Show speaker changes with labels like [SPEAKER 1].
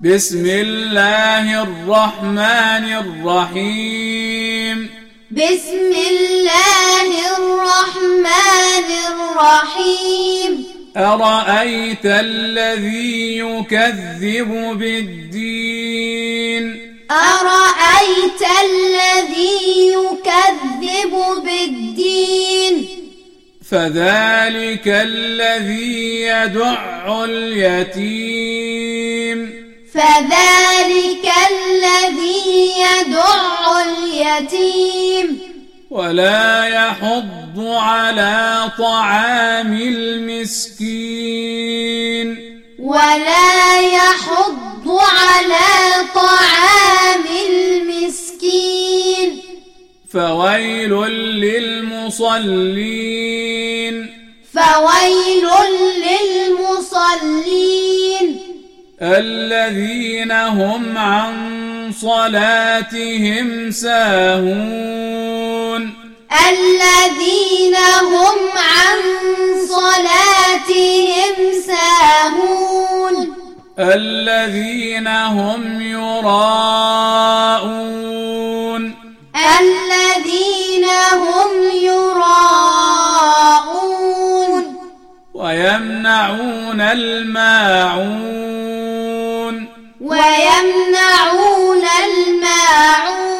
[SPEAKER 1] بسم الله الرحمن الرحيم
[SPEAKER 2] بسم الله الرحمن الرحيم
[SPEAKER 1] أرأيت الذي يكذب بالدين
[SPEAKER 2] أرأيت الذي يكذب بالدين
[SPEAKER 1] فذلك الذي يدع اليتيم
[SPEAKER 2] فذلك الذي يدع اليتيم
[SPEAKER 1] ولا يحض على طعام المسكين
[SPEAKER 2] ولا يحض على طعام المسكين
[SPEAKER 1] فويل للمصلين
[SPEAKER 2] فويل للمصلين
[SPEAKER 1] الذين هم عن صلاتهم ساهون
[SPEAKER 2] الذين هم عن صلاتهم ساهون
[SPEAKER 1] الذين هم يراءون
[SPEAKER 2] الذين هم يراءون
[SPEAKER 1] ويمنعون الماعون
[SPEAKER 2] ويمنعون الماعون